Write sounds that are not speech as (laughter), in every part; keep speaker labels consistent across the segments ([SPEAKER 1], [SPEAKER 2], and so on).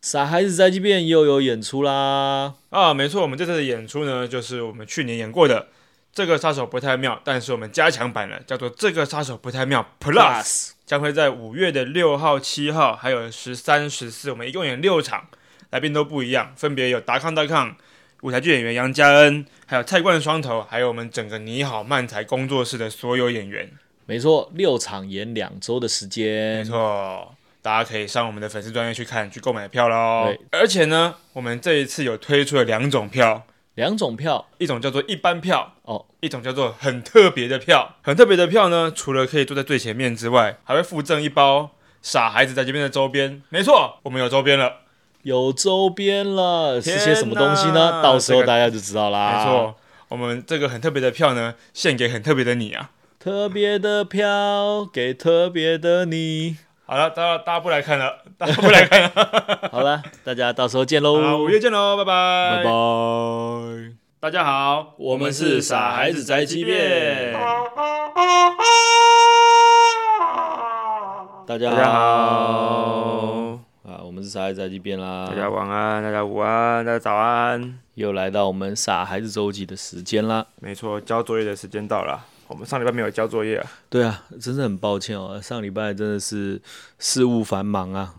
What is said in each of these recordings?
[SPEAKER 1] 傻孩子宅急便又有演出啦！
[SPEAKER 2] 啊，没错，我们这次的演出呢，就是我们去年演过的《这个杀手不太妙》，但是我们加强版了，叫做《这个杀手不太妙 Plus》，将会在五月的六号、七号，还有十三、十四，我们一共演六场，来宾都不一样，分别有达康、达康、舞台剧演员杨佳恩，还有蔡冠双头，还有我们整个你好漫才工作室的所有演员。
[SPEAKER 1] 没错，六场演两周的时
[SPEAKER 2] 没
[SPEAKER 1] 间，
[SPEAKER 2] 错，大家可以上我们的粉丝专页去看，去购买票喽
[SPEAKER 1] 对。
[SPEAKER 2] 而且呢，我们这一次有推出了两种票，
[SPEAKER 1] 两种票
[SPEAKER 2] 一种叫做一般票，
[SPEAKER 1] 哦，
[SPEAKER 2] 一种叫做很特别的票。很特别的票呢，除了可以坐在最前面之外，还会附赠一包傻孩子在这边的周边。没错，我们有周边了，
[SPEAKER 1] 有周边了，是
[SPEAKER 2] 天
[SPEAKER 1] 些什么东西呢？
[SPEAKER 2] 哪
[SPEAKER 1] 到时候
[SPEAKER 2] 这个
[SPEAKER 1] 大家就知道啦。
[SPEAKER 2] 没错。我们这个很特别的票呢，献给很特别的你啊！
[SPEAKER 1] 特别的票给特别的你。
[SPEAKER 2] 好了，大家大家不来看了， (laughs) 大家不来看了。
[SPEAKER 1] 好
[SPEAKER 2] (laughs)
[SPEAKER 1] 了，大家到时候见
[SPEAKER 2] 好，
[SPEAKER 1] 喽
[SPEAKER 2] 五，月见喽，拜拜。
[SPEAKER 1] 拜拜。
[SPEAKER 2] 大家好，
[SPEAKER 1] 我们是傻孩子宅急便大家
[SPEAKER 2] 大家好，
[SPEAKER 1] 啊，我们是傻孩子宅急便啦，
[SPEAKER 2] 大家晚安，大家午安，大家早安。
[SPEAKER 1] 又来到我们傻孩子周记的时间啦。
[SPEAKER 2] 没错，交作业的时间到了。我们上礼拜没有交作业啊，
[SPEAKER 1] 对啊，真的很抱歉哦，上礼拜真的是事务繁忙啊，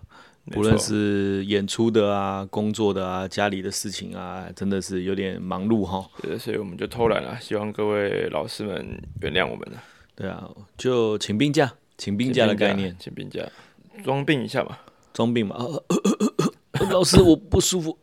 [SPEAKER 2] 没
[SPEAKER 1] 不论
[SPEAKER 2] 错
[SPEAKER 1] 是演出的啊、工作的啊、家里的事情啊，真的是有点忙碌哈。
[SPEAKER 2] 对所以我们就偷懒了、希望各位老师们原谅我们了。
[SPEAKER 1] 对啊，就请病假，请病假的概念，
[SPEAKER 2] 请病假，装病一下嘛。
[SPEAKER 1] 装病嘛。啊 (coughs) 老师，我不舒服，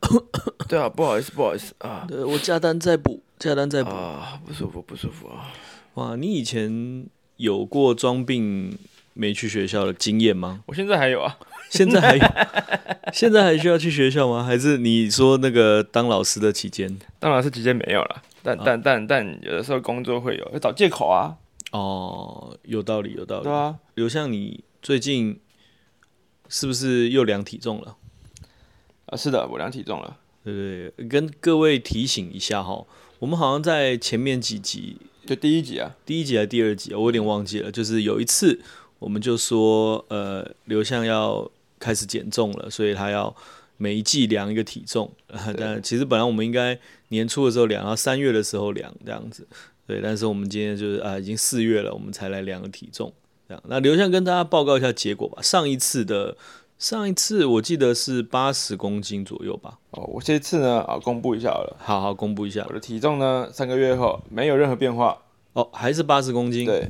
[SPEAKER 2] 对啊，不好意思，不好意思啊
[SPEAKER 1] 呃我假单再补，假单再补。
[SPEAKER 2] 啊，不舒服，不舒服啊。
[SPEAKER 1] 哇，你以前有过装病没去学校的经验吗？
[SPEAKER 2] 我现在还有啊，
[SPEAKER 1] 现在还有
[SPEAKER 2] (laughs)
[SPEAKER 1] 现在还需要去学校吗？还是你说那个当老师的期间？
[SPEAKER 2] 当然是期间没有了，但但但但有的时候工作会有，要找借口啊，
[SPEAKER 1] 哦，有道理，有道理
[SPEAKER 2] 对。啊，
[SPEAKER 1] 刘向，你最近是不是又量体重了？
[SPEAKER 2] 啊是的，我量体重了。
[SPEAKER 1] 对不对？跟各位提醒一下哈，我们好像在前面几集，
[SPEAKER 2] 就第一集啊，
[SPEAKER 1] 第一集还是第二集，我有点忘记了。就是有一次，我们就说，呃，刘向要开始减重了，所以他要每一季量一个体 (laughs) 重。呃但其实本来我们应该年初的时候量，然后啊三月的时候量这样子。对，但是我们今天就是啊、已经四月了，我们才来量个体重。这样，那刘向跟大家报告一下结果吧。上一次的上一次我记得是八十公斤左右吧。
[SPEAKER 2] 哦，我这次呢啊，公布一下好了，
[SPEAKER 1] 好好公布一下
[SPEAKER 2] 我的体重呢三个月后没有任何变化，
[SPEAKER 1] 哦，还是八十公斤。
[SPEAKER 2] 对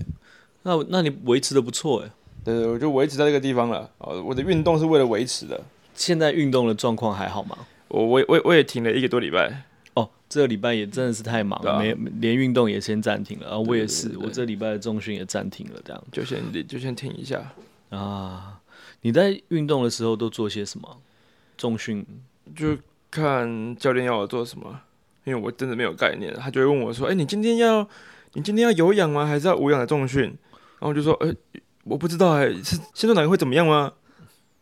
[SPEAKER 1] 那那你维持的不错哎。
[SPEAKER 2] 对，我就维持在这个地方了。哦，我的运动是为了维持的，
[SPEAKER 1] 现在运动的状况还好吗？
[SPEAKER 2] 我我我我也停了一个多礼拜，
[SPEAKER 1] 哦，这个礼拜也真的是太忙了，没
[SPEAKER 2] 对啊
[SPEAKER 1] 连运动也先暂停了。啊，我也是，
[SPEAKER 2] 对对对
[SPEAKER 1] 我这礼拜的重训也暂停了，这样
[SPEAKER 2] 就先就先停一下。
[SPEAKER 1] 啊。你在运动的时候都做些什么？重训嗯
[SPEAKER 2] 就看教练要我做什么，因为我真的没有概念。他就会问我说：“哎、你今天要你今天要有氧吗？还是要无氧的重训？”然后我就说：“呃、我不知道哎、是先做哪个会怎么样吗？”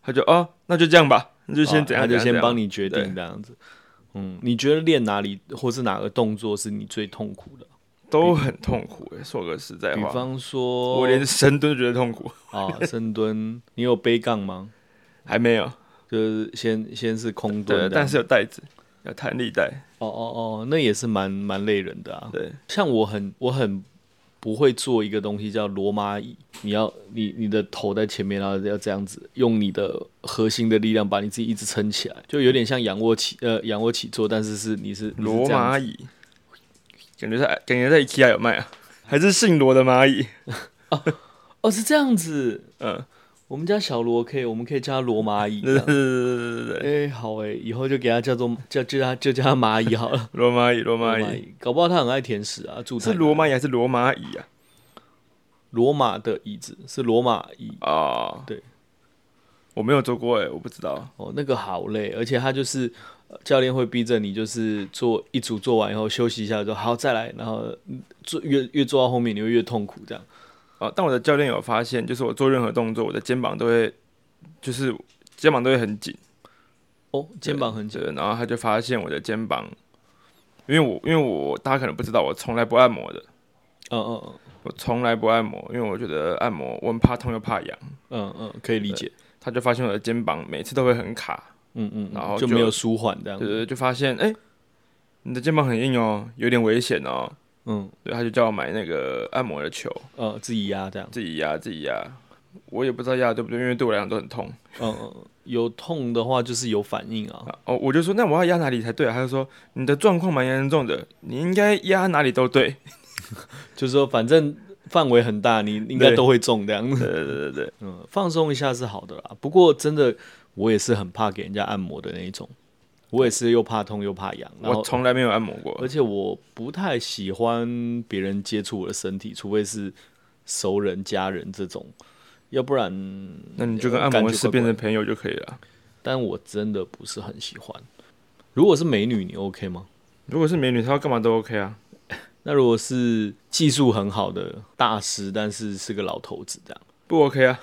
[SPEAKER 2] 他就哦，那就这样吧，那就先
[SPEAKER 1] 啊
[SPEAKER 2] 怎样、
[SPEAKER 1] 他就先帮
[SPEAKER 2] 你。
[SPEAKER 1] 你决定
[SPEAKER 2] 对
[SPEAKER 1] 这样子。嗯，你觉得练哪里或是哪个动作是你最痛苦的？
[SPEAKER 2] 都很痛苦哎、说个实在
[SPEAKER 1] 比
[SPEAKER 2] 话，
[SPEAKER 1] 方说，
[SPEAKER 2] 我连深蹲都觉得痛苦，
[SPEAKER 1] 啊深蹲，你有背杠吗？
[SPEAKER 2] 还没有。
[SPEAKER 1] 就是先先是空蹲这
[SPEAKER 2] 对，
[SPEAKER 1] 样，
[SPEAKER 2] 但是有带子，有弹力带。
[SPEAKER 1] 哦哦哦，那也是蛮蛮累人的啊。
[SPEAKER 2] 对，
[SPEAKER 1] 像我很我很不会做一个东西叫罗马椅，你要你你的头在前面，然后要这样子用你的核心的力量把你自己一直撑起来，就有点像仰卧起呃仰卧起坐，但是是你是你是
[SPEAKER 2] 罗
[SPEAKER 1] 这样
[SPEAKER 2] 蚂
[SPEAKER 1] 子
[SPEAKER 2] 蚁，感觉在感觉在 IKEA 有卖啊，还是姓罗的蚂蚁？
[SPEAKER 1] 哦是这样子，呃
[SPEAKER 2] 嗯，
[SPEAKER 1] 我们家小罗可以，我们可以叫他罗马蚁。
[SPEAKER 2] 对对对对对对
[SPEAKER 1] 哎、好哎、以后就给他叫做叫就叫他就叫他蚂蚁好了。
[SPEAKER 2] 罗马蚁，罗
[SPEAKER 1] (laughs)
[SPEAKER 2] 马
[SPEAKER 1] 罗马
[SPEAKER 2] 蚁
[SPEAKER 1] 蚁，搞不好他很爱甜食啊。住
[SPEAKER 2] 是
[SPEAKER 1] 台
[SPEAKER 2] 罗马蚁还是罗马蚁啊？
[SPEAKER 1] 罗马的椅子是罗马椅
[SPEAKER 2] 啊，
[SPEAKER 1] 对，
[SPEAKER 2] 我没有做过哎、我不知道。
[SPEAKER 1] 哦，那个好累，而且他就是呃教练会逼着你，就是做一组做完以后休息一下，说好再来，然后嗯做越越做到后面你会越痛苦这样。
[SPEAKER 2] 啊，但我的教练有发现，就是我做任何动作，我的肩膀都会，就是肩膀都会很紧，
[SPEAKER 1] 哦，肩膀很紧，
[SPEAKER 2] 对。然后他就发现我的肩膀，因为我因为我大家可能不知道，我从来不按摩的，
[SPEAKER 1] 嗯嗯
[SPEAKER 2] 我从来不按摩，因为我觉得按摩我很怕痛又怕痒。
[SPEAKER 1] 嗯嗯嗯，可以理解。
[SPEAKER 2] 他就发现我的肩膀每次都会很卡，
[SPEAKER 1] 嗯嗯，
[SPEAKER 2] 然后
[SPEAKER 1] 就
[SPEAKER 2] 就
[SPEAKER 1] 没有舒缓这样
[SPEAKER 2] 对，对，就发现哎、你的肩膀很硬哦，有点危险哦。
[SPEAKER 1] 嗯，
[SPEAKER 2] 对，他就叫我买那个按摩的球，
[SPEAKER 1] 呃，自己压这样，
[SPEAKER 2] 自己压自己压。我也不知道压得对不对，因为对我来讲都很痛。
[SPEAKER 1] 嗯嗯，有痛的话就是有反应啊，
[SPEAKER 2] 啊哦，我就说那我要压哪里才对、啊？他就说你的状况蛮严重的，你应该压哪里都对。
[SPEAKER 1] 就是说反正范围很大，你应该
[SPEAKER 2] 对
[SPEAKER 1] 都会中这样。
[SPEAKER 2] 对对对对对，
[SPEAKER 1] 嗯， (laughs) 放松一下是好的啦。不过真的，我也是很怕给人家按摩的那一种，我也是又怕痛又怕痒，然
[SPEAKER 2] 我
[SPEAKER 1] 后
[SPEAKER 2] 从来没有按摩过
[SPEAKER 1] 而。且我不太喜欢别人接触我的身体，除非是熟人、家人这种，要不然，
[SPEAKER 2] 那你就跟
[SPEAKER 1] 呃
[SPEAKER 2] 按
[SPEAKER 1] 感
[SPEAKER 2] 摩
[SPEAKER 1] 觉
[SPEAKER 2] 师
[SPEAKER 1] 怪
[SPEAKER 2] 变
[SPEAKER 1] 怪
[SPEAKER 2] 成朋友就可以了。
[SPEAKER 1] 但我真的不是很喜欢。如果是美女，你 OK 吗？
[SPEAKER 2] 如果是美女，她要干嘛都 OK 啊。
[SPEAKER 1] 那如果是技术很好的大师，但是是个老头子这样，
[SPEAKER 2] 不 OK 啊？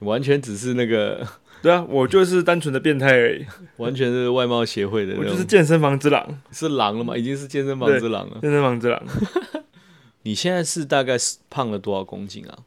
[SPEAKER 1] 完全只是那个， (laughs)
[SPEAKER 2] 对啊，我就是单纯的变态而已，
[SPEAKER 1] 完全是外貌协会的
[SPEAKER 2] 我
[SPEAKER 1] 那
[SPEAKER 2] 就
[SPEAKER 1] 种，
[SPEAKER 2] 是健身房之狼，
[SPEAKER 1] 是狼了吗？已经是健身房
[SPEAKER 2] 对
[SPEAKER 1] 之狼了。
[SPEAKER 2] 健身房之狼。
[SPEAKER 1] 你现在是大概是胖了多少公斤啊？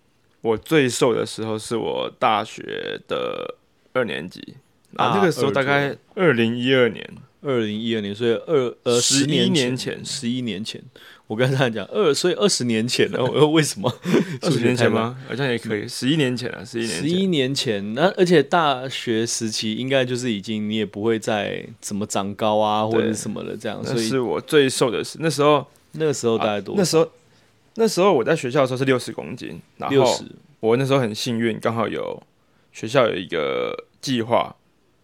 [SPEAKER 2] 我最瘦的时候是我大学的二年级啊，
[SPEAKER 1] 啊
[SPEAKER 2] 那个时候
[SPEAKER 1] 二
[SPEAKER 2] 大概二零一二年，
[SPEAKER 1] 二零一二年，所以二呃
[SPEAKER 2] 11
[SPEAKER 1] 十年
[SPEAKER 2] 年前
[SPEAKER 1] 十一年前，我刚才讲二，所以二十年前呢，我说为什么
[SPEAKER 2] (laughs) 二十年前？吗？好像也可以，十一年前啊了，十
[SPEAKER 1] (laughs)
[SPEAKER 2] 一
[SPEAKER 1] 嗯十
[SPEAKER 2] 年前。
[SPEAKER 1] 一年前，那而且大学时期应该就是已经你也不会再怎么长高啊或者是什么的这样，
[SPEAKER 2] 那
[SPEAKER 1] 所以
[SPEAKER 2] 是我最瘦的时，那时候
[SPEAKER 1] 那个时候大概多
[SPEAKER 2] 那时候那时候我在学校的时候是六十公斤，然
[SPEAKER 1] 六
[SPEAKER 2] 后
[SPEAKER 1] 十，
[SPEAKER 2] 我那时候很幸运，刚好有学校有一个计划，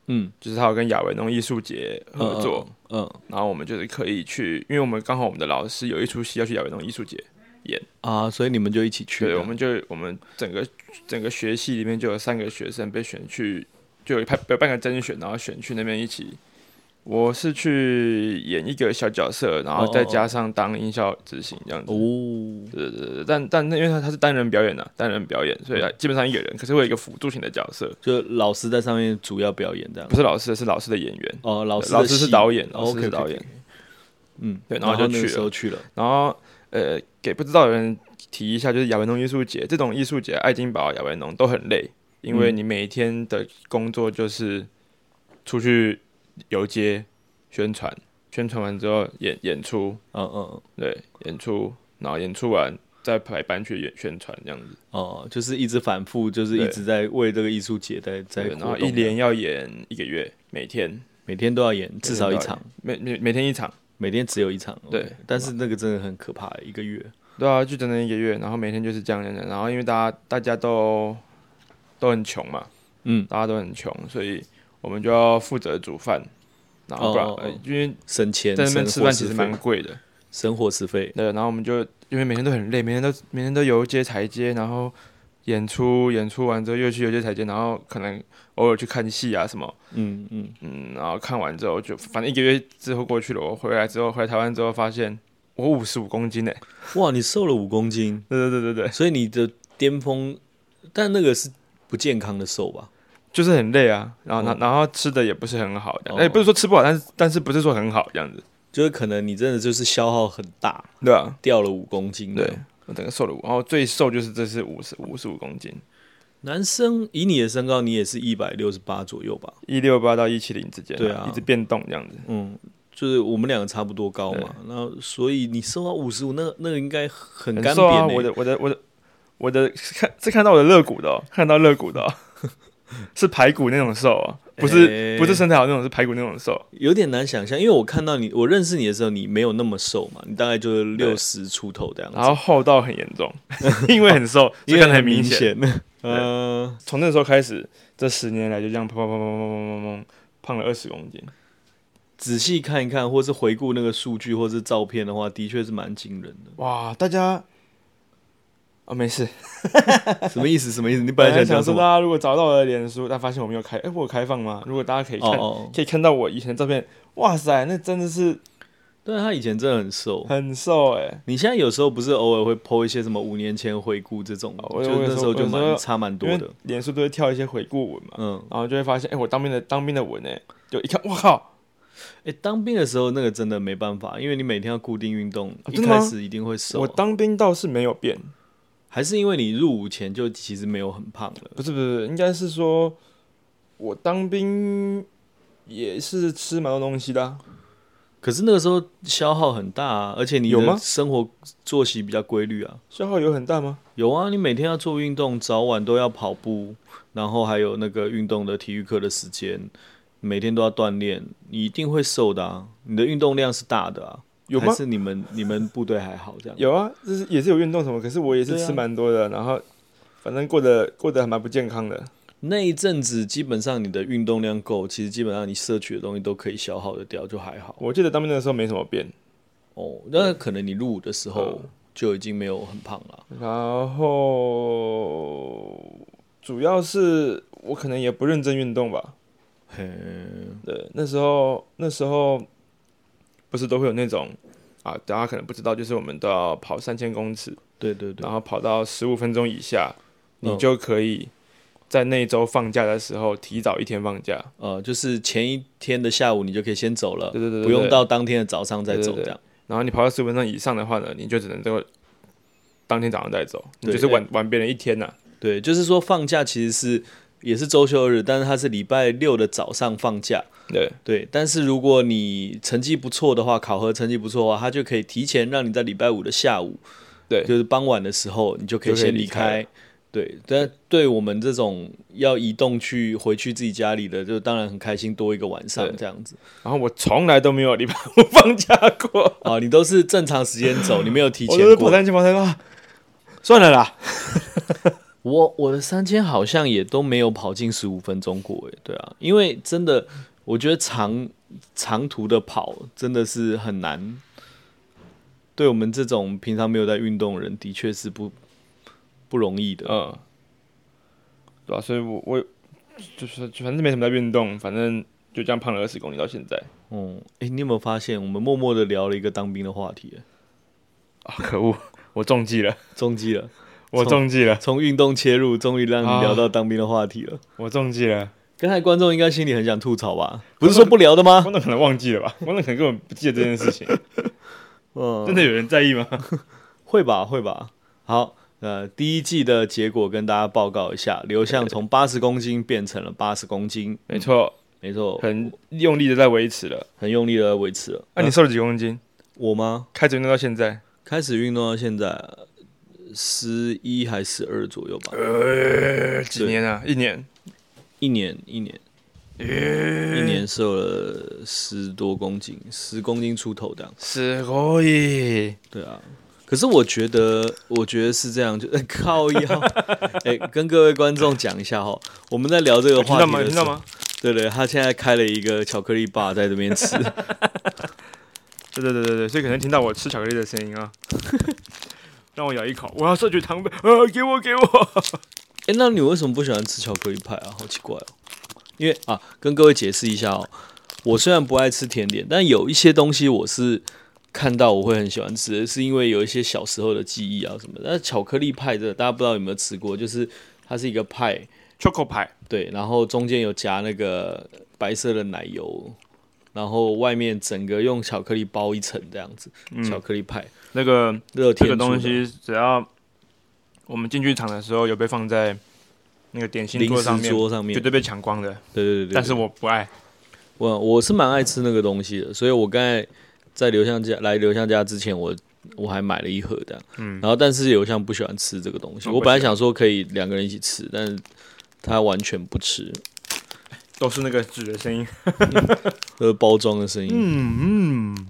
[SPEAKER 1] 嗯，
[SPEAKER 2] 就是他有跟亚维农艺术节合作，
[SPEAKER 1] 嗯，嗯
[SPEAKER 2] 然后我们就是可以去，因为我们刚好我们的老师有一出戏要去亚维农艺术节，
[SPEAKER 1] 啊，所以你们就一起去
[SPEAKER 2] 对，
[SPEAKER 1] 了，
[SPEAKER 2] 我们就我们整个整个学系里面就有三个学生被选去，就有一派有半个甄选，然后选去那边一起。我是去演一个小角色，然后再加上当音效执行这样子。
[SPEAKER 1] 哦，
[SPEAKER 2] 对对对对，但但那因为他他是单人表演的、单人表演，所以基本上一个人，可是会有一个辅助型的角色，
[SPEAKER 1] 就老师在上面主要表演这样
[SPEAKER 2] 不，是老师，是老师的哦演员。
[SPEAKER 1] 哦，老师
[SPEAKER 2] 老师是导演，老师
[SPEAKER 1] OK
[SPEAKER 2] 是导演。
[SPEAKER 1] 嗯，
[SPEAKER 2] 对
[SPEAKER 1] 然
[SPEAKER 2] 然后就
[SPEAKER 1] 那个
[SPEAKER 2] 去
[SPEAKER 1] 时候去了，
[SPEAKER 2] 然后呃，给不知道的人提一下，就是亚维农艺术节这种艺术节，爱丁堡、亚维农都很累，因为
[SPEAKER 1] 嗯
[SPEAKER 2] 你每一天的工作就是出去游街、宣传，宣传完之后演演出，
[SPEAKER 1] 嗯嗯嗯。
[SPEAKER 2] 对，演出，然后演出完再排班去演宣传这样子，
[SPEAKER 1] 哦，就是一直反复，就是一
[SPEAKER 2] 对
[SPEAKER 1] 直在为这个艺术节在在
[SPEAKER 2] 对，
[SPEAKER 1] 活
[SPEAKER 2] 然后
[SPEAKER 1] 动
[SPEAKER 2] 一连要演一个月，每天
[SPEAKER 1] 每天都要演至少一场，，
[SPEAKER 2] 每每每天一场，
[SPEAKER 1] 每天只有一场。
[SPEAKER 2] 对
[SPEAKER 1] OK，但是那个真的很可怕，一个月。
[SPEAKER 2] 对啊，就整整一个月，然后每天就是这样这样，这样然后因为大家大家都都很穷嘛，
[SPEAKER 1] 嗯，
[SPEAKER 2] 大家都很穷，所以我们就要负责煮饭，然后不然、
[SPEAKER 1] 哦哦哦
[SPEAKER 2] 呃因为
[SPEAKER 1] 省钱，
[SPEAKER 2] 在那边
[SPEAKER 1] 省
[SPEAKER 2] 吃
[SPEAKER 1] 伙
[SPEAKER 2] 饭
[SPEAKER 1] 食
[SPEAKER 2] 其实
[SPEAKER 1] 费
[SPEAKER 2] 蛮贵的，
[SPEAKER 1] 省伙食费。
[SPEAKER 2] 对，然后我们就因为每天都很累，每天都每天都游街台街，然后演出演出完之后又去游街台街，然后可能偶尔去看戏啊什么，
[SPEAKER 1] 嗯嗯，
[SPEAKER 2] 嗯，然后看完之后就反正一个月之后过去了，我回来之后回来台湾之后发现我五十五公斤呢、 (laughs)
[SPEAKER 1] 哇，你瘦了五公斤，
[SPEAKER 2] 对对对对对，
[SPEAKER 1] 所以你的巅峰，但那个是不健康的瘦吧？
[SPEAKER 2] 就是很累啊，然后然
[SPEAKER 1] 哦
[SPEAKER 2] 后然后吃的也不是很好，这
[SPEAKER 1] 哦
[SPEAKER 2] 样哎、不是说吃不好，但是但是不是说很好这样子，
[SPEAKER 1] 就是可能你真的就是消耗很大，
[SPEAKER 2] 对啊，
[SPEAKER 1] 掉了五公斤。
[SPEAKER 2] 对，，我整个瘦了五，然后最瘦就是这是五十五十五公斤，
[SPEAKER 1] 男生以你的身高，你也是一百六十八左右吧？
[SPEAKER 2] 一六八到一七零之间，
[SPEAKER 1] 对啊
[SPEAKER 2] 一直变动这样子。
[SPEAKER 1] 嗯，就是我们两个差不多高嘛，那所以你瘦到五十五，那个那个应该很
[SPEAKER 2] 很
[SPEAKER 1] 干
[SPEAKER 2] 瘦啊！
[SPEAKER 1] 瘪、欸
[SPEAKER 2] 我的我的我的我的看是看到我的肋骨的、哦，看到肋骨的、哦，是排骨那种瘦啊，不是、
[SPEAKER 1] 哎
[SPEAKER 2] 不是身材好那种，是排骨那种瘦。
[SPEAKER 1] 有点难想象，因为我看到你，我认识你的时候，你没有那么瘦嘛，你大概就是六十出头这样子，
[SPEAKER 2] 然后厚到很严重，因为很瘦，
[SPEAKER 1] 因
[SPEAKER 2] 这
[SPEAKER 1] 为
[SPEAKER 2] 看得很
[SPEAKER 1] 明
[SPEAKER 2] 明显。。
[SPEAKER 1] (laughs) 呃，
[SPEAKER 2] 从那时候开始，这十年来就这样砰砰砰砰砰砰砰砰，胖了二十公斤。
[SPEAKER 1] 仔细看一看，或是回顾那个数据或是照片的话，的确是蛮惊人
[SPEAKER 2] (laughs) 哇！大家啊、哦，没事，
[SPEAKER 1] 的。什么意思？什么意思？你本来想讲
[SPEAKER 2] 想
[SPEAKER 1] 什
[SPEAKER 2] 说，大
[SPEAKER 1] 么？
[SPEAKER 2] 家如果找到我的脸书，但发现我没有开，哎、我有开放吗？如果大家可以
[SPEAKER 1] 哦
[SPEAKER 2] 看，
[SPEAKER 1] 哦，哦
[SPEAKER 2] 可以看到我以前的照片，哇塞，那真的是
[SPEAKER 1] 对他以前真的很瘦。
[SPEAKER 2] 很瘦哎、
[SPEAKER 1] 你现在有时候不是偶尔会 PO 一些什么五年前回顾这种，
[SPEAKER 2] 哦我
[SPEAKER 1] 就
[SPEAKER 2] 我
[SPEAKER 1] 是那
[SPEAKER 2] 有
[SPEAKER 1] 时候
[SPEAKER 2] 时候
[SPEAKER 1] 就
[SPEAKER 2] 有时
[SPEAKER 1] 蛮
[SPEAKER 2] 候
[SPEAKER 1] 差蛮
[SPEAKER 2] 因
[SPEAKER 1] 多
[SPEAKER 2] 为
[SPEAKER 1] 的。
[SPEAKER 2] 脸书都会跳一些回顾文嘛，
[SPEAKER 1] 嗯，
[SPEAKER 2] 然后就会发现，哎、我当兵的当兵的文哎、就一看，我靠，
[SPEAKER 1] 哎，当兵的时候那个真的没办法，因为你每天要固定运动，
[SPEAKER 2] 哦
[SPEAKER 1] 一
[SPEAKER 2] 真的吗
[SPEAKER 1] 开始一定会瘦
[SPEAKER 2] 我
[SPEAKER 1] 啊。
[SPEAKER 2] 当兵倒是没有变，
[SPEAKER 1] 还是因为你入伍前就其实没有很胖了。
[SPEAKER 2] 不是不是，不是应该是说，我当兵也是吃蛮多东西的啊、
[SPEAKER 1] 可是那个时候消耗很大啊，而且你
[SPEAKER 2] 有吗
[SPEAKER 1] 的生活作息比较规律啊。
[SPEAKER 2] 消耗有很大吗？
[SPEAKER 1] 有啊，你每天要做运动，早晚都要跑步，然后还有那个运动的体育课的时间，每天都要锻炼，你一定会瘦的啊。你的运动量是大的啊，
[SPEAKER 2] 有吗
[SPEAKER 1] 还是你们你们部队还好这样？
[SPEAKER 2] 有啊，就是也是有运动什么，可是我也是
[SPEAKER 1] 对啊
[SPEAKER 2] 吃蛮多的，然后反正过得过得还蛮不健康的。
[SPEAKER 1] 那一阵子基本上你的运动量够，其实基本上你摄取的东西都可以消耗的掉，就还好
[SPEAKER 2] 我记得当兵的时候没什么变，
[SPEAKER 1] 哦。那可能你入伍的时候就已经没有很胖了。
[SPEAKER 2] 然后主要是我可能也不认真运动吧。
[SPEAKER 1] 嘿，
[SPEAKER 2] 对，那时候那时候不是都会有那种啊，大家可能不知道，就是我们都要跑三千公尺，
[SPEAKER 1] 对对对
[SPEAKER 2] 然，后跑到十五分钟以下，你
[SPEAKER 1] 嗯
[SPEAKER 2] 就可以在那一周放假的时候提早一天放假。
[SPEAKER 1] 呃，就是前一天的下午你就可以先走了，
[SPEAKER 2] 对对对对
[SPEAKER 1] 不用到当天的早上再
[SPEAKER 2] 对对
[SPEAKER 1] 走
[SPEAKER 2] 对
[SPEAKER 1] 这样。
[SPEAKER 2] 然后你跑到十五分钟以上的话呢，你就只能够当天早上再走，你
[SPEAKER 1] 对
[SPEAKER 2] 就是晚晚别人一天呐、
[SPEAKER 1] 对，就是说放假其实是也是周休二日，但是它是礼拜六的早上放假。
[SPEAKER 2] 对
[SPEAKER 1] 对，但是如果你成绩不错的话，考核成绩不错的话，它就可以提前让你在礼拜五的下午，
[SPEAKER 2] 对
[SPEAKER 1] 就是傍晚的时候，你就可以
[SPEAKER 2] 就可以
[SPEAKER 1] 先
[SPEAKER 2] 离
[SPEAKER 1] 离
[SPEAKER 2] 开
[SPEAKER 1] 开。对，但对我们这种要移动去回去自己家里的，就当然很开心，多一个晚上
[SPEAKER 2] 对
[SPEAKER 1] 这样子。
[SPEAKER 2] 然后我从来都没有礼拜五放假过， (laughs)
[SPEAKER 1] 啊，你都是正常时间走，你没有提
[SPEAKER 2] 我
[SPEAKER 1] 前
[SPEAKER 2] 都是跑
[SPEAKER 1] 过。
[SPEAKER 2] 三千跑三千啊，算了啦。
[SPEAKER 1] 我我的三千好像也都没有跑进十五分钟过，诶，对啊，因为真的，我觉得长长途的跑真的是很难，对我们这种平常没有在运动的人，的确是不不容易的。
[SPEAKER 2] 嗯，对啊，所以我我就是就反正没什么在运动，反正就这样胖了二十公里到现在
[SPEAKER 1] 嗯，诶，你有没有发现，我们默默的聊了一个当兵的话题，诶
[SPEAKER 2] 啊，可恶，我中计了，
[SPEAKER 1] 中计了，
[SPEAKER 2] 我中计了，
[SPEAKER 1] 从运动切入，终于让你
[SPEAKER 2] 啊
[SPEAKER 1] 聊到当兵的话题了。
[SPEAKER 2] (laughs) 我中计了，
[SPEAKER 1] 刚才观众应该心里很想吐槽吧？不是说不聊的吗？
[SPEAKER 2] 观众可能忘记了吧， (laughs) 观众可能根本不记得这件事情，
[SPEAKER 1] 嗯，
[SPEAKER 2] 真的有人在意吗？
[SPEAKER 1] 会吧，会吧。好，呃，第一季的结果跟大家报告一下，刘向从八十公斤变成了八十公斤，
[SPEAKER 2] 没错，
[SPEAKER 1] 没错，
[SPEAKER 2] 很用力的在维持了。
[SPEAKER 1] 很用力的维持了。
[SPEAKER 2] 啊那、你瘦了几公斤？
[SPEAKER 1] 我吗？
[SPEAKER 2] 开始运动到现在，
[SPEAKER 1] 开始运动到现在十一还十二左右吧，
[SPEAKER 2] 呃，几年啊？一年，
[SPEAKER 1] 一年一年。一
[SPEAKER 2] 呃嗯
[SPEAKER 1] 年瘦了十多公斤，十公斤出头这样。
[SPEAKER 2] すごい。
[SPEAKER 1] 对啊，可是我觉得，我觉得是这样，就、 (laughs) 靠腰。哎、跟各位观众讲一下哈，我们在聊这个
[SPEAKER 2] 有听
[SPEAKER 1] 话
[SPEAKER 2] 到
[SPEAKER 1] 题
[SPEAKER 2] 吗？有
[SPEAKER 1] 的
[SPEAKER 2] 听
[SPEAKER 1] 时
[SPEAKER 2] 到
[SPEAKER 1] 候，
[SPEAKER 2] 吗？
[SPEAKER 1] 对对，他现在开了一个巧克力吧，在这边吃。
[SPEAKER 2] 对对对对对，所以可能听到我吃巧克力的声音
[SPEAKER 1] (laughs)
[SPEAKER 2] 啊。让我咬一口，我要摄取糖分。呃，给我给我。
[SPEAKER 1] 哎，那你为什么不喜欢吃巧克力派啊？好奇怪哦。因为啊，跟各位解释一下哦，我虽然不爱吃甜点，但有一些东西我是看到我会很喜欢吃，是因为有一些小时候的记忆啊什么的。那巧克力派的，大家不知道有没有吃过？就是它是一个派，
[SPEAKER 2] Choco 派，
[SPEAKER 1] 对，然后中间有夹那个白色的奶油，然后外面整个用巧克力包一层这样子，巧克力派。
[SPEAKER 2] 那个
[SPEAKER 1] 热
[SPEAKER 2] 嗯这
[SPEAKER 1] 天
[SPEAKER 2] 个东
[SPEAKER 1] 出的
[SPEAKER 2] 西，只要我们进剧场的时候有被放在那个点心
[SPEAKER 1] 零
[SPEAKER 2] 桌上
[SPEAKER 1] 食
[SPEAKER 2] 面，
[SPEAKER 1] 桌上面，
[SPEAKER 2] 绝对被抢光的。
[SPEAKER 1] 对对对对，
[SPEAKER 2] 但是我不爱。
[SPEAKER 1] 我我是蛮爱吃那个东西的，所以我刚才在刘向家来刘向家之前我。我还买了一盒的，嗯，然后但是刘向不喜欢吃这个东西，
[SPEAKER 2] 哦
[SPEAKER 1] 我本来想说可以两个人一起吃，但是他完全不吃，
[SPEAKER 2] 都是那个纸的声音。
[SPEAKER 1] 那个包装的声音，
[SPEAKER 2] 嗯嗯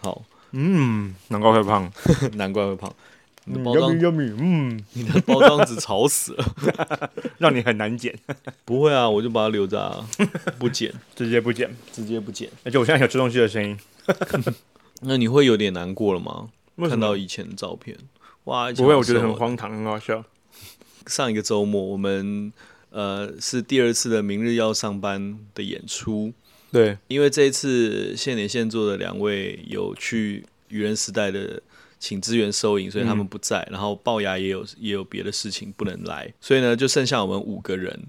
[SPEAKER 1] 好，
[SPEAKER 2] 嗯，难怪会胖。
[SPEAKER 1] 难怪会
[SPEAKER 2] (laughs)
[SPEAKER 1] 胖。你的包装，
[SPEAKER 2] yummy yummy，嗯，
[SPEAKER 1] 你的包装纸潮死了。
[SPEAKER 2] 让你很难减，
[SPEAKER 1] 不会啊，我就把它留着、啊，不
[SPEAKER 2] (laughs)
[SPEAKER 1] 剪，
[SPEAKER 2] 直接不减。
[SPEAKER 1] 直接不剪。
[SPEAKER 2] 而且我现在有吃东西的声音，
[SPEAKER 1] 那你会有点难过了吗？
[SPEAKER 2] 为什
[SPEAKER 1] 看
[SPEAKER 2] 么
[SPEAKER 1] 到以前的照片，哇，以前
[SPEAKER 2] 不会，
[SPEAKER 1] 好
[SPEAKER 2] 我觉得
[SPEAKER 1] 瘦
[SPEAKER 2] 很
[SPEAKER 1] 哦
[SPEAKER 2] 荒唐，很好笑。
[SPEAKER 1] 上一个周末我们呃是第二次的明日要上班的演出，
[SPEAKER 2] 对，
[SPEAKER 1] 因为这一次现点现做的两位有去愚人时代的。请支援收银，所以他们不在。然后龅牙也有也有别的事情不能来，所以呢，就剩下我们五个人。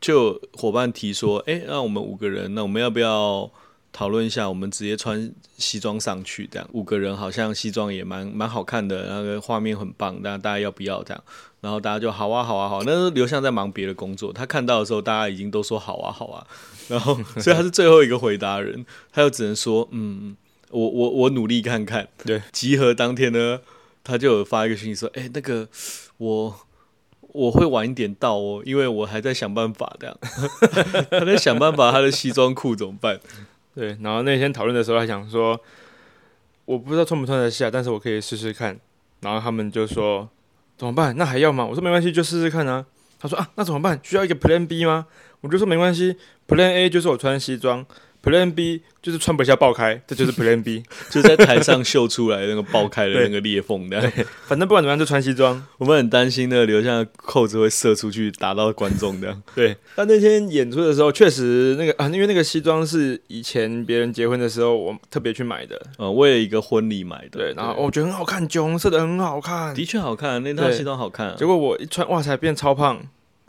[SPEAKER 1] 就有伙伴提说，哎、那我们五个人，那我们要不要讨论一下，我们直接穿西装上去，这样五个人好像西装也蛮蛮好看的，那个画面很棒，那大家要不要这样？然后大家就好啊好啊好，那时候刘向在忙别的工作，他看到的时候，大家已经都说好啊好啊，然后所以他是最后一个回答人，他就只能说嗯，我我我努力看看。
[SPEAKER 2] 对，
[SPEAKER 1] 集合当天呢，他就有发一个讯息说，哎、那个我。我会晚一点到哦，因为我还在想办法这样， (laughs) 他在想办法他的西装裤怎么办？
[SPEAKER 2] 对，然后那天讨论的时候，还想说，我不知道穿不穿得下，但是我可以试试看。然后他们就说怎么办？那还要吗？我说没关系，就试试看啊。他说啊，那怎么办？需要一个 Plan B 吗？我就说没关系，Plan A 就是我穿西装，Plan B 就是穿不下爆开，这就是 Plan B。
[SPEAKER 1] 就在台上秀出来那个爆开的那个裂缝的。
[SPEAKER 2] 反正不管怎么样就穿西装。
[SPEAKER 1] 我们很担心那个留下的扣子会射出去打到观众的。
[SPEAKER 2] 对，但那天演出的时候，确实那个啊，因为那个西装是以前别人结婚的时候我特别去买的，
[SPEAKER 1] 呃，为了一个婚礼买的，
[SPEAKER 2] 对，然后哦我觉得很好看，酒红色的很好看，
[SPEAKER 1] 的确好看，那套
[SPEAKER 2] 对
[SPEAKER 1] 西装好看啊、
[SPEAKER 2] 结果我一穿，哇塞，变超胖，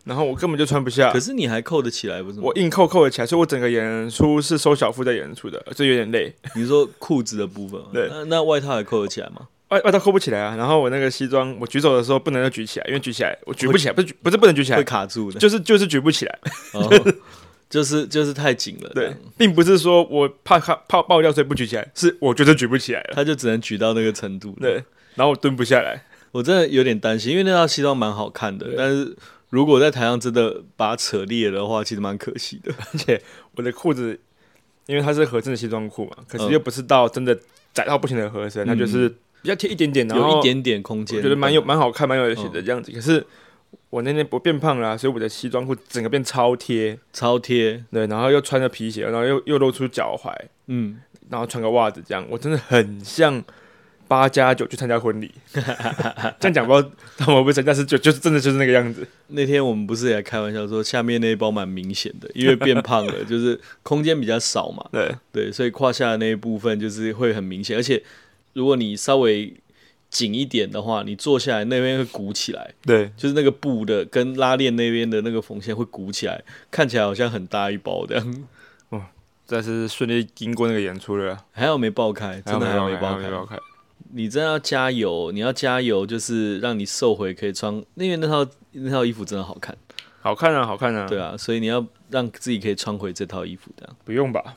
[SPEAKER 2] 然后我根本就穿不下
[SPEAKER 1] 可，是你还扣得起来不是吗
[SPEAKER 2] 我？硬扣扣了起来，所以我整个演出是收小腹在演出的，所以有点累，
[SPEAKER 1] 你说裤子的部分吗，
[SPEAKER 2] 对
[SPEAKER 1] 那那外套还扣得起来吗？
[SPEAKER 2] 外外套扣不起来啊。然后我那个西装，我举手的时候不能够举起来，因为举起来我举不起来，不是举不是不能举起
[SPEAKER 1] 会
[SPEAKER 2] 来，
[SPEAKER 1] 卡住的，
[SPEAKER 2] 就是就是举不起来。
[SPEAKER 1] 哦、 (laughs) 就是就是太紧了，这
[SPEAKER 2] 对
[SPEAKER 1] 样，
[SPEAKER 2] 并不是说我怕怕怕爆掉所以不举起来，是我觉得举不起来了。
[SPEAKER 1] 他就只能举到那个程度。
[SPEAKER 2] 对，然后我蹲不下来，
[SPEAKER 1] 我真的有点担心，因为那套西装蛮好看的，
[SPEAKER 2] 对
[SPEAKER 1] 但是如果在台上真的把它扯裂的话，其实蛮可惜的。
[SPEAKER 2] 而且我的裤子，因为它是合身的西装裤嘛，可是
[SPEAKER 1] 嗯
[SPEAKER 2] 又不是到真的窄到不行的合身，它就是比较贴一点点，然后
[SPEAKER 1] 有一点点嗯空间，
[SPEAKER 2] 我觉得蛮有蛮好看、蛮有趣的这样子。可是我那天我变胖了啊、所以我的西装裤整个变超贴，
[SPEAKER 1] 超贴，
[SPEAKER 2] 对，然后又穿着皮鞋，然后又又露出脚踝，
[SPEAKER 1] 嗯，
[SPEAKER 2] 然后穿个袜子，这样我真的很像八加九去参
[SPEAKER 1] (laughs)
[SPEAKER 2] 加婚礼。这样讲不知道他们会不会参加，但是就就是真的就是那个样子。
[SPEAKER 1] 那天我们不是也开玩笑说，下面那一包蛮明显的，因为变胖了，就是空间比较少嘛，
[SPEAKER 2] 对
[SPEAKER 1] 对，所以胯下的那一部分就是会很明显，而且如果你稍微紧一点的话，你坐下来那边会鼓起来，
[SPEAKER 2] 对
[SPEAKER 1] 就是那个布的跟拉链那边的那个缝线会鼓起来，看起来好像很大一包这样， (laughs)
[SPEAKER 2] 但是顺利经过那个演出了，啊
[SPEAKER 1] 还好没爆开，真的还好没爆
[SPEAKER 2] 爆
[SPEAKER 1] 开
[SPEAKER 2] 没。爆开。
[SPEAKER 1] 你真的要加油，你要加油，就是让你瘦回可以穿，因为那套那套衣服真的好看，
[SPEAKER 2] 好看啊，好看啊！
[SPEAKER 1] 对啊，所以你要让自己可以穿回这套衣服这样。
[SPEAKER 2] 不用吧，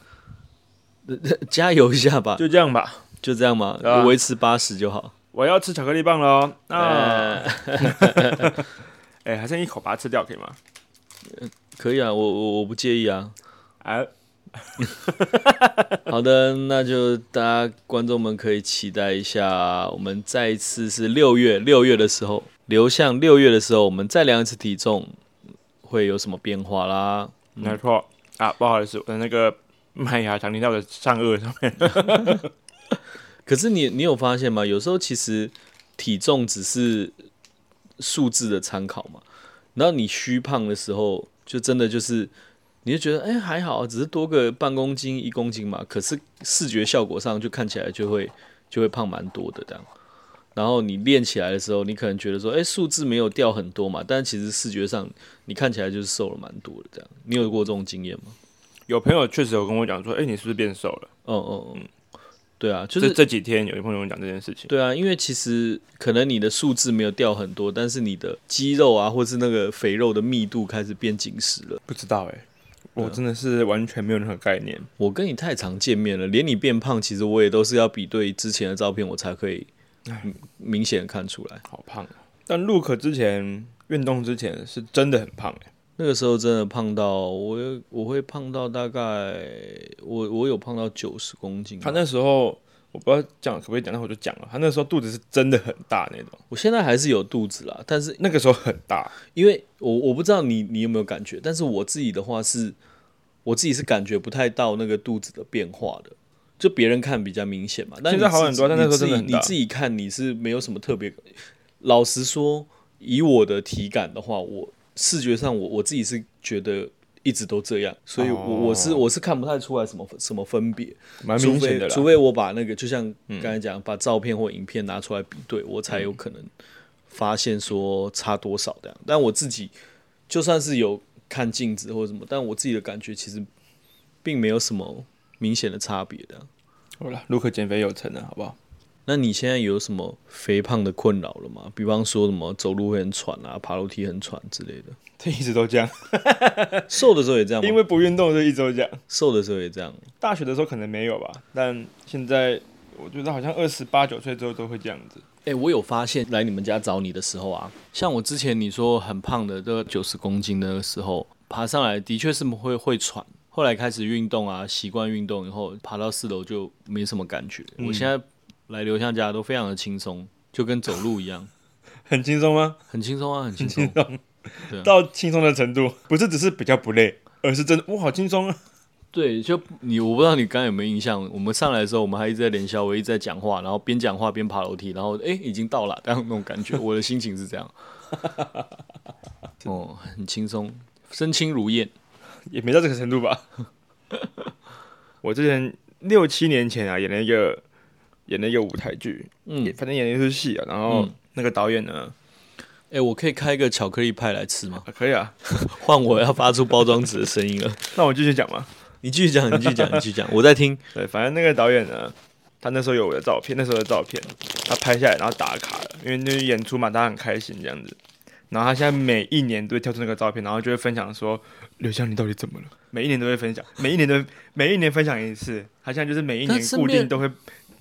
[SPEAKER 1] 加油一下吧，就
[SPEAKER 2] 就这样吧。
[SPEAKER 1] 就这样嘛
[SPEAKER 2] 对啊，
[SPEAKER 1] 维、持八十就好。
[SPEAKER 2] 我要吃巧克力棒了哦。那、
[SPEAKER 1] 呃
[SPEAKER 2] 哎、还剩一口把它吃掉，可以吗？
[SPEAKER 1] 可以啊，我我我不介意啊。
[SPEAKER 2] 哎、
[SPEAKER 1] (laughs) 好的，那就大家观众们可以期待一下，我们再一次是六月六月的时候，流向六月的时候，我们再量一次体重会有什么变化啦？
[SPEAKER 2] 没错啊，不好意思，我的那个麦芽糖淋到我的上颚上面。 (laughs)
[SPEAKER 1] 可是你你有发现吗？有时候其实体重只是数字的参考嘛。然后你虚胖的时候，就真的就是，你就觉得哎、还好，只是多个半公斤一公斤嘛。可是视觉效果上就看起来就会就会胖蛮多的这样。然后你练起来的时候，你可能觉得说，哎、数字没有掉很多嘛，但其实视觉上你看起来就是瘦了蛮多的这样。你有过这种经验吗？
[SPEAKER 2] 有朋友确实有跟我讲说，哎、你是不是变瘦了？
[SPEAKER 1] 嗯嗯嗯，对啊，就
[SPEAKER 2] 就是这这几天有朋友跟我讲这件事情。
[SPEAKER 1] 对啊，因为其实可能你的数字没有掉很多，但是你的肌肉啊，或是那个肥肉的密度开始变紧实了。
[SPEAKER 2] 不知道哎、我真的是完全没有任何概念。
[SPEAKER 1] 我跟你太常见面了，连你变胖，其实我也都是要比对之前的照片，我才可以嗯明显地看出来。
[SPEAKER 2] 好胖啊！但陆可之前运动之前是真的很胖哎、
[SPEAKER 1] 那个时候真的胖到我，我会胖到大概我我有胖到九十公斤吧。
[SPEAKER 2] 他那时候我不知道讲可不可以讲，那我就讲了。他那时候肚子是真的很大那种，
[SPEAKER 1] 我现在还是有肚子啦，但是
[SPEAKER 2] 那个时候很大。
[SPEAKER 1] 因为我我不知道你你有没有感觉，但是我自己的话是，我自己是感觉不太到那个肚子的变化的，就别人看比较明显嘛。但
[SPEAKER 2] 现在好
[SPEAKER 1] 你自
[SPEAKER 2] 很多但那时候真的
[SPEAKER 1] 你自己你自己
[SPEAKER 2] 很大
[SPEAKER 1] 看你是没有什么特别。老实说，以我的体感的话，我视觉上我我自己是觉得一直都这样，所以我、
[SPEAKER 2] 哦
[SPEAKER 1] 我是我是看不太出来什么什么分别。
[SPEAKER 2] 蛮
[SPEAKER 1] 除
[SPEAKER 2] 明
[SPEAKER 1] 非
[SPEAKER 2] 显的啦嗯
[SPEAKER 1] 除。非我把那个，就像刚才讲，把照片或影片拿出来比对，我才有可能发现说差多少这样。但我自己就算是有看镜子或者什么，但我自己的感觉其实并没有什么明显的差别的。
[SPEAKER 2] 好了，如何减肥有成呢？好不 (laughs) 好？
[SPEAKER 1] 那你现在有什么肥胖的困扰了吗？比方说什么走路会很喘啊，爬楼梯很喘之类的。
[SPEAKER 2] 他一直都这样，
[SPEAKER 1] 瘦的时候也这样吗？
[SPEAKER 2] 因为不运动就一直都这样。
[SPEAKER 1] 瘦的时候也这样。
[SPEAKER 2] 大学的时候可能没有吧，但现在我觉得好像二十八九岁之后都会这样子。
[SPEAKER 1] 哎、我有发现来你们家找你的时候啊，像我之前你说很胖的，都九十公斤的那个时候，爬上来的确是会会喘。后来开始运动啊，习惯运动以后，爬到四楼就没什么感觉。我现在来刘向家都非常的轻松，就跟走路一样，
[SPEAKER 2] 很轻松吗？
[SPEAKER 1] 很轻松啊，很轻松。对啊
[SPEAKER 2] 到轻松的程度，不是只是比较不累，而是真的哇，好轻松啊！
[SPEAKER 1] 对，就你，我不知道你刚刚有没有印象，我们上来的时候，我们还一直在连宵，我一直在讲话，然后边讲话边爬楼梯，然后哎、诶已经到了，这样那种感觉，我的心情是这样。哦，很轻松，身轻如燕。
[SPEAKER 2] 也没到这个程度吧。 (laughs) 我之前六七年前啊，演了一个演了一个舞台剧，
[SPEAKER 1] 嗯
[SPEAKER 2] 也，反正演了一出戏啊，然后那个导演呢，
[SPEAKER 1] 哎、我可以开一个巧克力派来吃吗？
[SPEAKER 2] 啊可以啊，
[SPEAKER 1] 换我要发出包装纸的声音了。
[SPEAKER 2] 那我继续讲嘛。
[SPEAKER 1] 你继续讲，你继续讲，你继续讲，我在听。
[SPEAKER 2] 对，反正那个导演呢，他那时候有我的照片，那时候的照片，他拍下来然后打卡了，因为那是演出嘛，他很开心这样子。然后他现在每一年都会挑出那个照片，然后就会分享说刘翔你到底怎么了？每一年都会分享，每一年都每一年分享一次。他现在就是每一
[SPEAKER 1] 但
[SPEAKER 2] 年
[SPEAKER 1] 是
[SPEAKER 2] 固
[SPEAKER 1] 面
[SPEAKER 2] 定都会，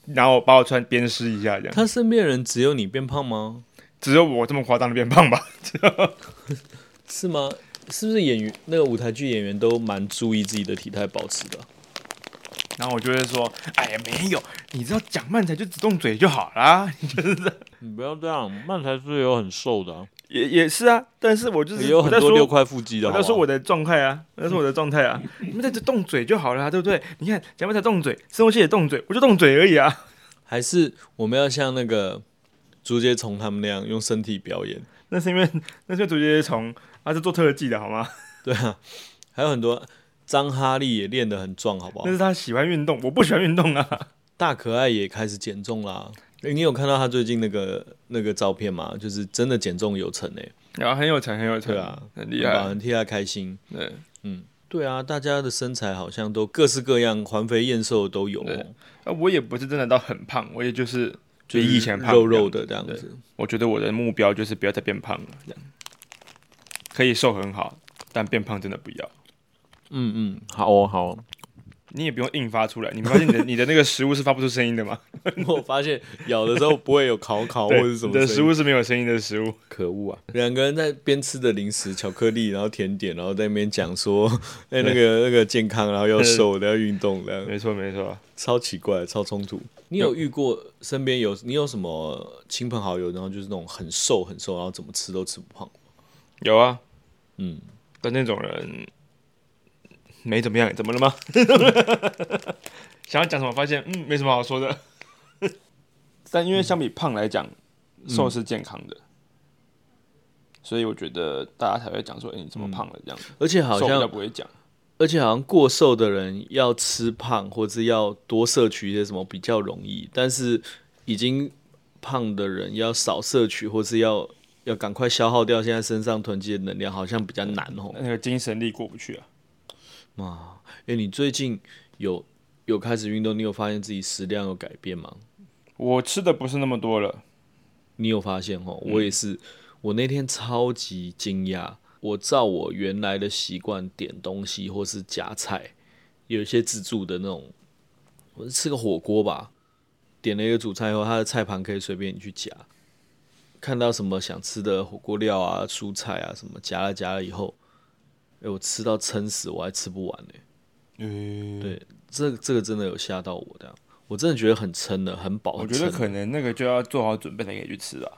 [SPEAKER 2] 然后把我穿鞭尸一下这样。
[SPEAKER 1] 他身边的人只有你变胖吗？
[SPEAKER 2] 只有我这么夸张的变 (laughs) 胖吧？
[SPEAKER 1] 是吗？是不是演员那个舞台剧演员都蛮注意自己的体态保持的啊？
[SPEAKER 2] 然后我就会说，哎呀没有，你只要讲慢才就只动嘴就好啦。
[SPEAKER 3] 你不要这样，慢才是有很瘦的啊、
[SPEAKER 2] 也也是啊，但是我就是
[SPEAKER 3] 也有
[SPEAKER 2] 我
[SPEAKER 3] 很
[SPEAKER 2] 在
[SPEAKER 3] 多
[SPEAKER 2] 说
[SPEAKER 3] 六块腹肌的。
[SPEAKER 2] 我
[SPEAKER 3] 好
[SPEAKER 2] 在
[SPEAKER 3] 不
[SPEAKER 2] 说
[SPEAKER 3] 好
[SPEAKER 2] 我的状态啊，我在说我的状态 (laughs) 啊，你们在这动嘴就好了、啊，对不对？你看前面才动嘴，深呼吸也动嘴，我就动嘴而已啊。 (laughs)
[SPEAKER 1] 还是我们要像那个竹节虫他们那样用身体表演？ (laughs)
[SPEAKER 2] 那是因为那是因为竹节虫，他是做特技的好吗？
[SPEAKER 1] 对啊，还有很多张哈利也练得很壮，好不好
[SPEAKER 2] 那？是他喜欢运动，我不喜欢运动 (laughs) 啊。
[SPEAKER 1] 大可爱也开始减重啦。诶你有看到他最近那个那个照片吗？就是真的减重有成诶、
[SPEAKER 2] 然后很有才，很有才
[SPEAKER 1] 对啊，
[SPEAKER 2] 很
[SPEAKER 1] 对
[SPEAKER 2] 厉
[SPEAKER 1] 吧？
[SPEAKER 2] 害。
[SPEAKER 1] 很替他开心。
[SPEAKER 2] 对，
[SPEAKER 1] 对啊，大家的身材好像都各式各样，环肥燕瘦都有、哦，
[SPEAKER 2] 啊，我也不是真的到很胖，我也就是
[SPEAKER 1] 就是
[SPEAKER 2] 比以前
[SPEAKER 1] 嗯
[SPEAKER 2] 胖
[SPEAKER 1] 肉肉的这样
[SPEAKER 2] 对
[SPEAKER 1] 子。
[SPEAKER 2] 我觉得我的目标就是不要再变胖了，这样可以瘦很好，但变胖真的不要。
[SPEAKER 1] 嗯嗯，
[SPEAKER 3] 好哦，好哦，
[SPEAKER 2] 你也不用硬发出来，你没发现你的 (laughs) 你的那个食物是发不出声音的吗？
[SPEAKER 1] 我发现咬的时候不会有烤烤或
[SPEAKER 2] 对，
[SPEAKER 1] 者什么
[SPEAKER 2] 你
[SPEAKER 1] 声
[SPEAKER 2] 的食
[SPEAKER 1] 音
[SPEAKER 2] 哦物是没有声音的食物。
[SPEAKER 3] 可恶啊！
[SPEAKER 1] 两个人在边吃的零食、巧克力，然后甜点，然后在那边讲说，哎、那个那个健康，然后要瘦的，要运动的，
[SPEAKER 2] 没错没错，
[SPEAKER 1] 超奇怪，超冲突。你有遇过身边有你有什么亲朋好友，然后就是那种很瘦很瘦，然后怎么吃都吃不胖？
[SPEAKER 2] 有啊，
[SPEAKER 1] 嗯，
[SPEAKER 2] 但那种人没怎么样，怎么了吗？ (laughs) 想要讲什么，发现嗯没什么好说的。 (laughs) 但因为相比胖来讲，瘦
[SPEAKER 1] 嗯
[SPEAKER 2] 是健康的，所以我觉得大家才会讲说，哎、你怎么胖了这样子？
[SPEAKER 1] 而嗯且好
[SPEAKER 2] 瘦比较
[SPEAKER 1] 像
[SPEAKER 2] 不会讲，
[SPEAKER 1] 而且好像过瘦的人要吃胖或者要多摄取一些什么比较容易，但是已经胖的人要少摄取或是要要赶快消耗掉现在身上囤积的能量，好像比较难哦。
[SPEAKER 2] 那个精神力过不去啊。
[SPEAKER 1] 啊，哎，你最近有有开始运动？你有发现自己食量有改变吗？
[SPEAKER 2] 我吃的不是那么多了，
[SPEAKER 1] 你有发现哦？
[SPEAKER 2] 嗯
[SPEAKER 1] 我也是，我那天超级惊讶，我照我原来的习惯点东西或是夹菜，有一些自助的那种，我是吃个火锅吧，点了一个主菜以后，它的菜盘可以随便你去夹，看到什么想吃的火锅料啊、蔬菜啊什么，夹了夹了以后，哎，我吃到撑死，我还吃不完呢、
[SPEAKER 2] 嗯，
[SPEAKER 1] 对，这这个真的有吓到我的，我真的觉得很撑的，很饱。
[SPEAKER 2] 我
[SPEAKER 1] 很
[SPEAKER 2] 觉得
[SPEAKER 1] 撑
[SPEAKER 2] 可能那个就要做好准备才可以去吃啊。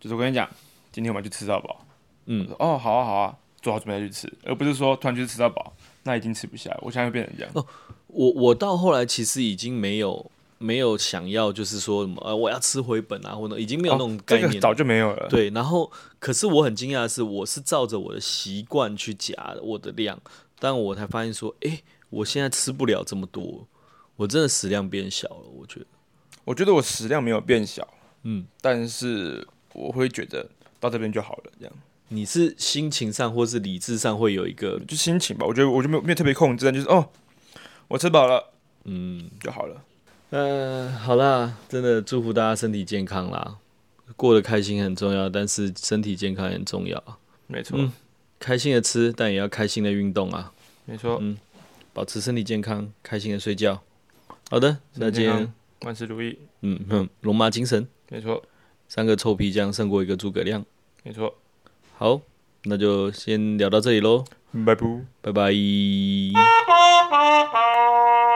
[SPEAKER 2] 就是我跟你讲，今天我们去吃到饱。
[SPEAKER 1] 嗯
[SPEAKER 2] 我说，哦，好啊，好啊，做好准备再去吃，而不是说突然去吃到饱，那已经吃不下了。我现在会变成
[SPEAKER 1] (laughs)
[SPEAKER 2] 这样。
[SPEAKER 1] 我我到后来其实已经没有没有想要就是说什么呃我要吃回本啊，或者已经没有那种
[SPEAKER 2] 哦
[SPEAKER 1] 概
[SPEAKER 2] 这个
[SPEAKER 1] 念了。
[SPEAKER 2] 早就没有了。，
[SPEAKER 1] 对，然后可是我很惊讶的是，我是照着我的习惯去夹我的量，但我才发现说，诶，我现在吃不了这么多，我真的食量变小了。我觉得，
[SPEAKER 2] 我觉得我食量没有变小，
[SPEAKER 1] 嗯，
[SPEAKER 2] 但是我会觉得到这边就好了，这样
[SPEAKER 1] 你是心情上或是理智上会有一个
[SPEAKER 2] 就心情吧。我觉得我就没有没有特别控制，但就是哦，我吃饱了，
[SPEAKER 1] 嗯，
[SPEAKER 2] 就好了。
[SPEAKER 1] 呃，好啦，真的祝福大家身体健康啦，过得开心很重要，但是身体健康也很重要啊。
[SPEAKER 2] 没错，
[SPEAKER 1] 嗯开心的吃，但也要开心的运动啊，
[SPEAKER 2] 没错，
[SPEAKER 1] 嗯保持身体健康，开心的睡觉。好的，那
[SPEAKER 2] 身体
[SPEAKER 1] 今
[SPEAKER 2] 健康
[SPEAKER 1] 天
[SPEAKER 2] 万事如意。
[SPEAKER 1] 嗯哼，龙马精神，
[SPEAKER 2] 没错，
[SPEAKER 1] 三个臭皮匠胜过一个诸葛亮。
[SPEAKER 2] 没错，
[SPEAKER 1] 好，那就先聊到这里喽，
[SPEAKER 2] 拜拜。
[SPEAKER 1] 拜拜。
[SPEAKER 4] Thank you.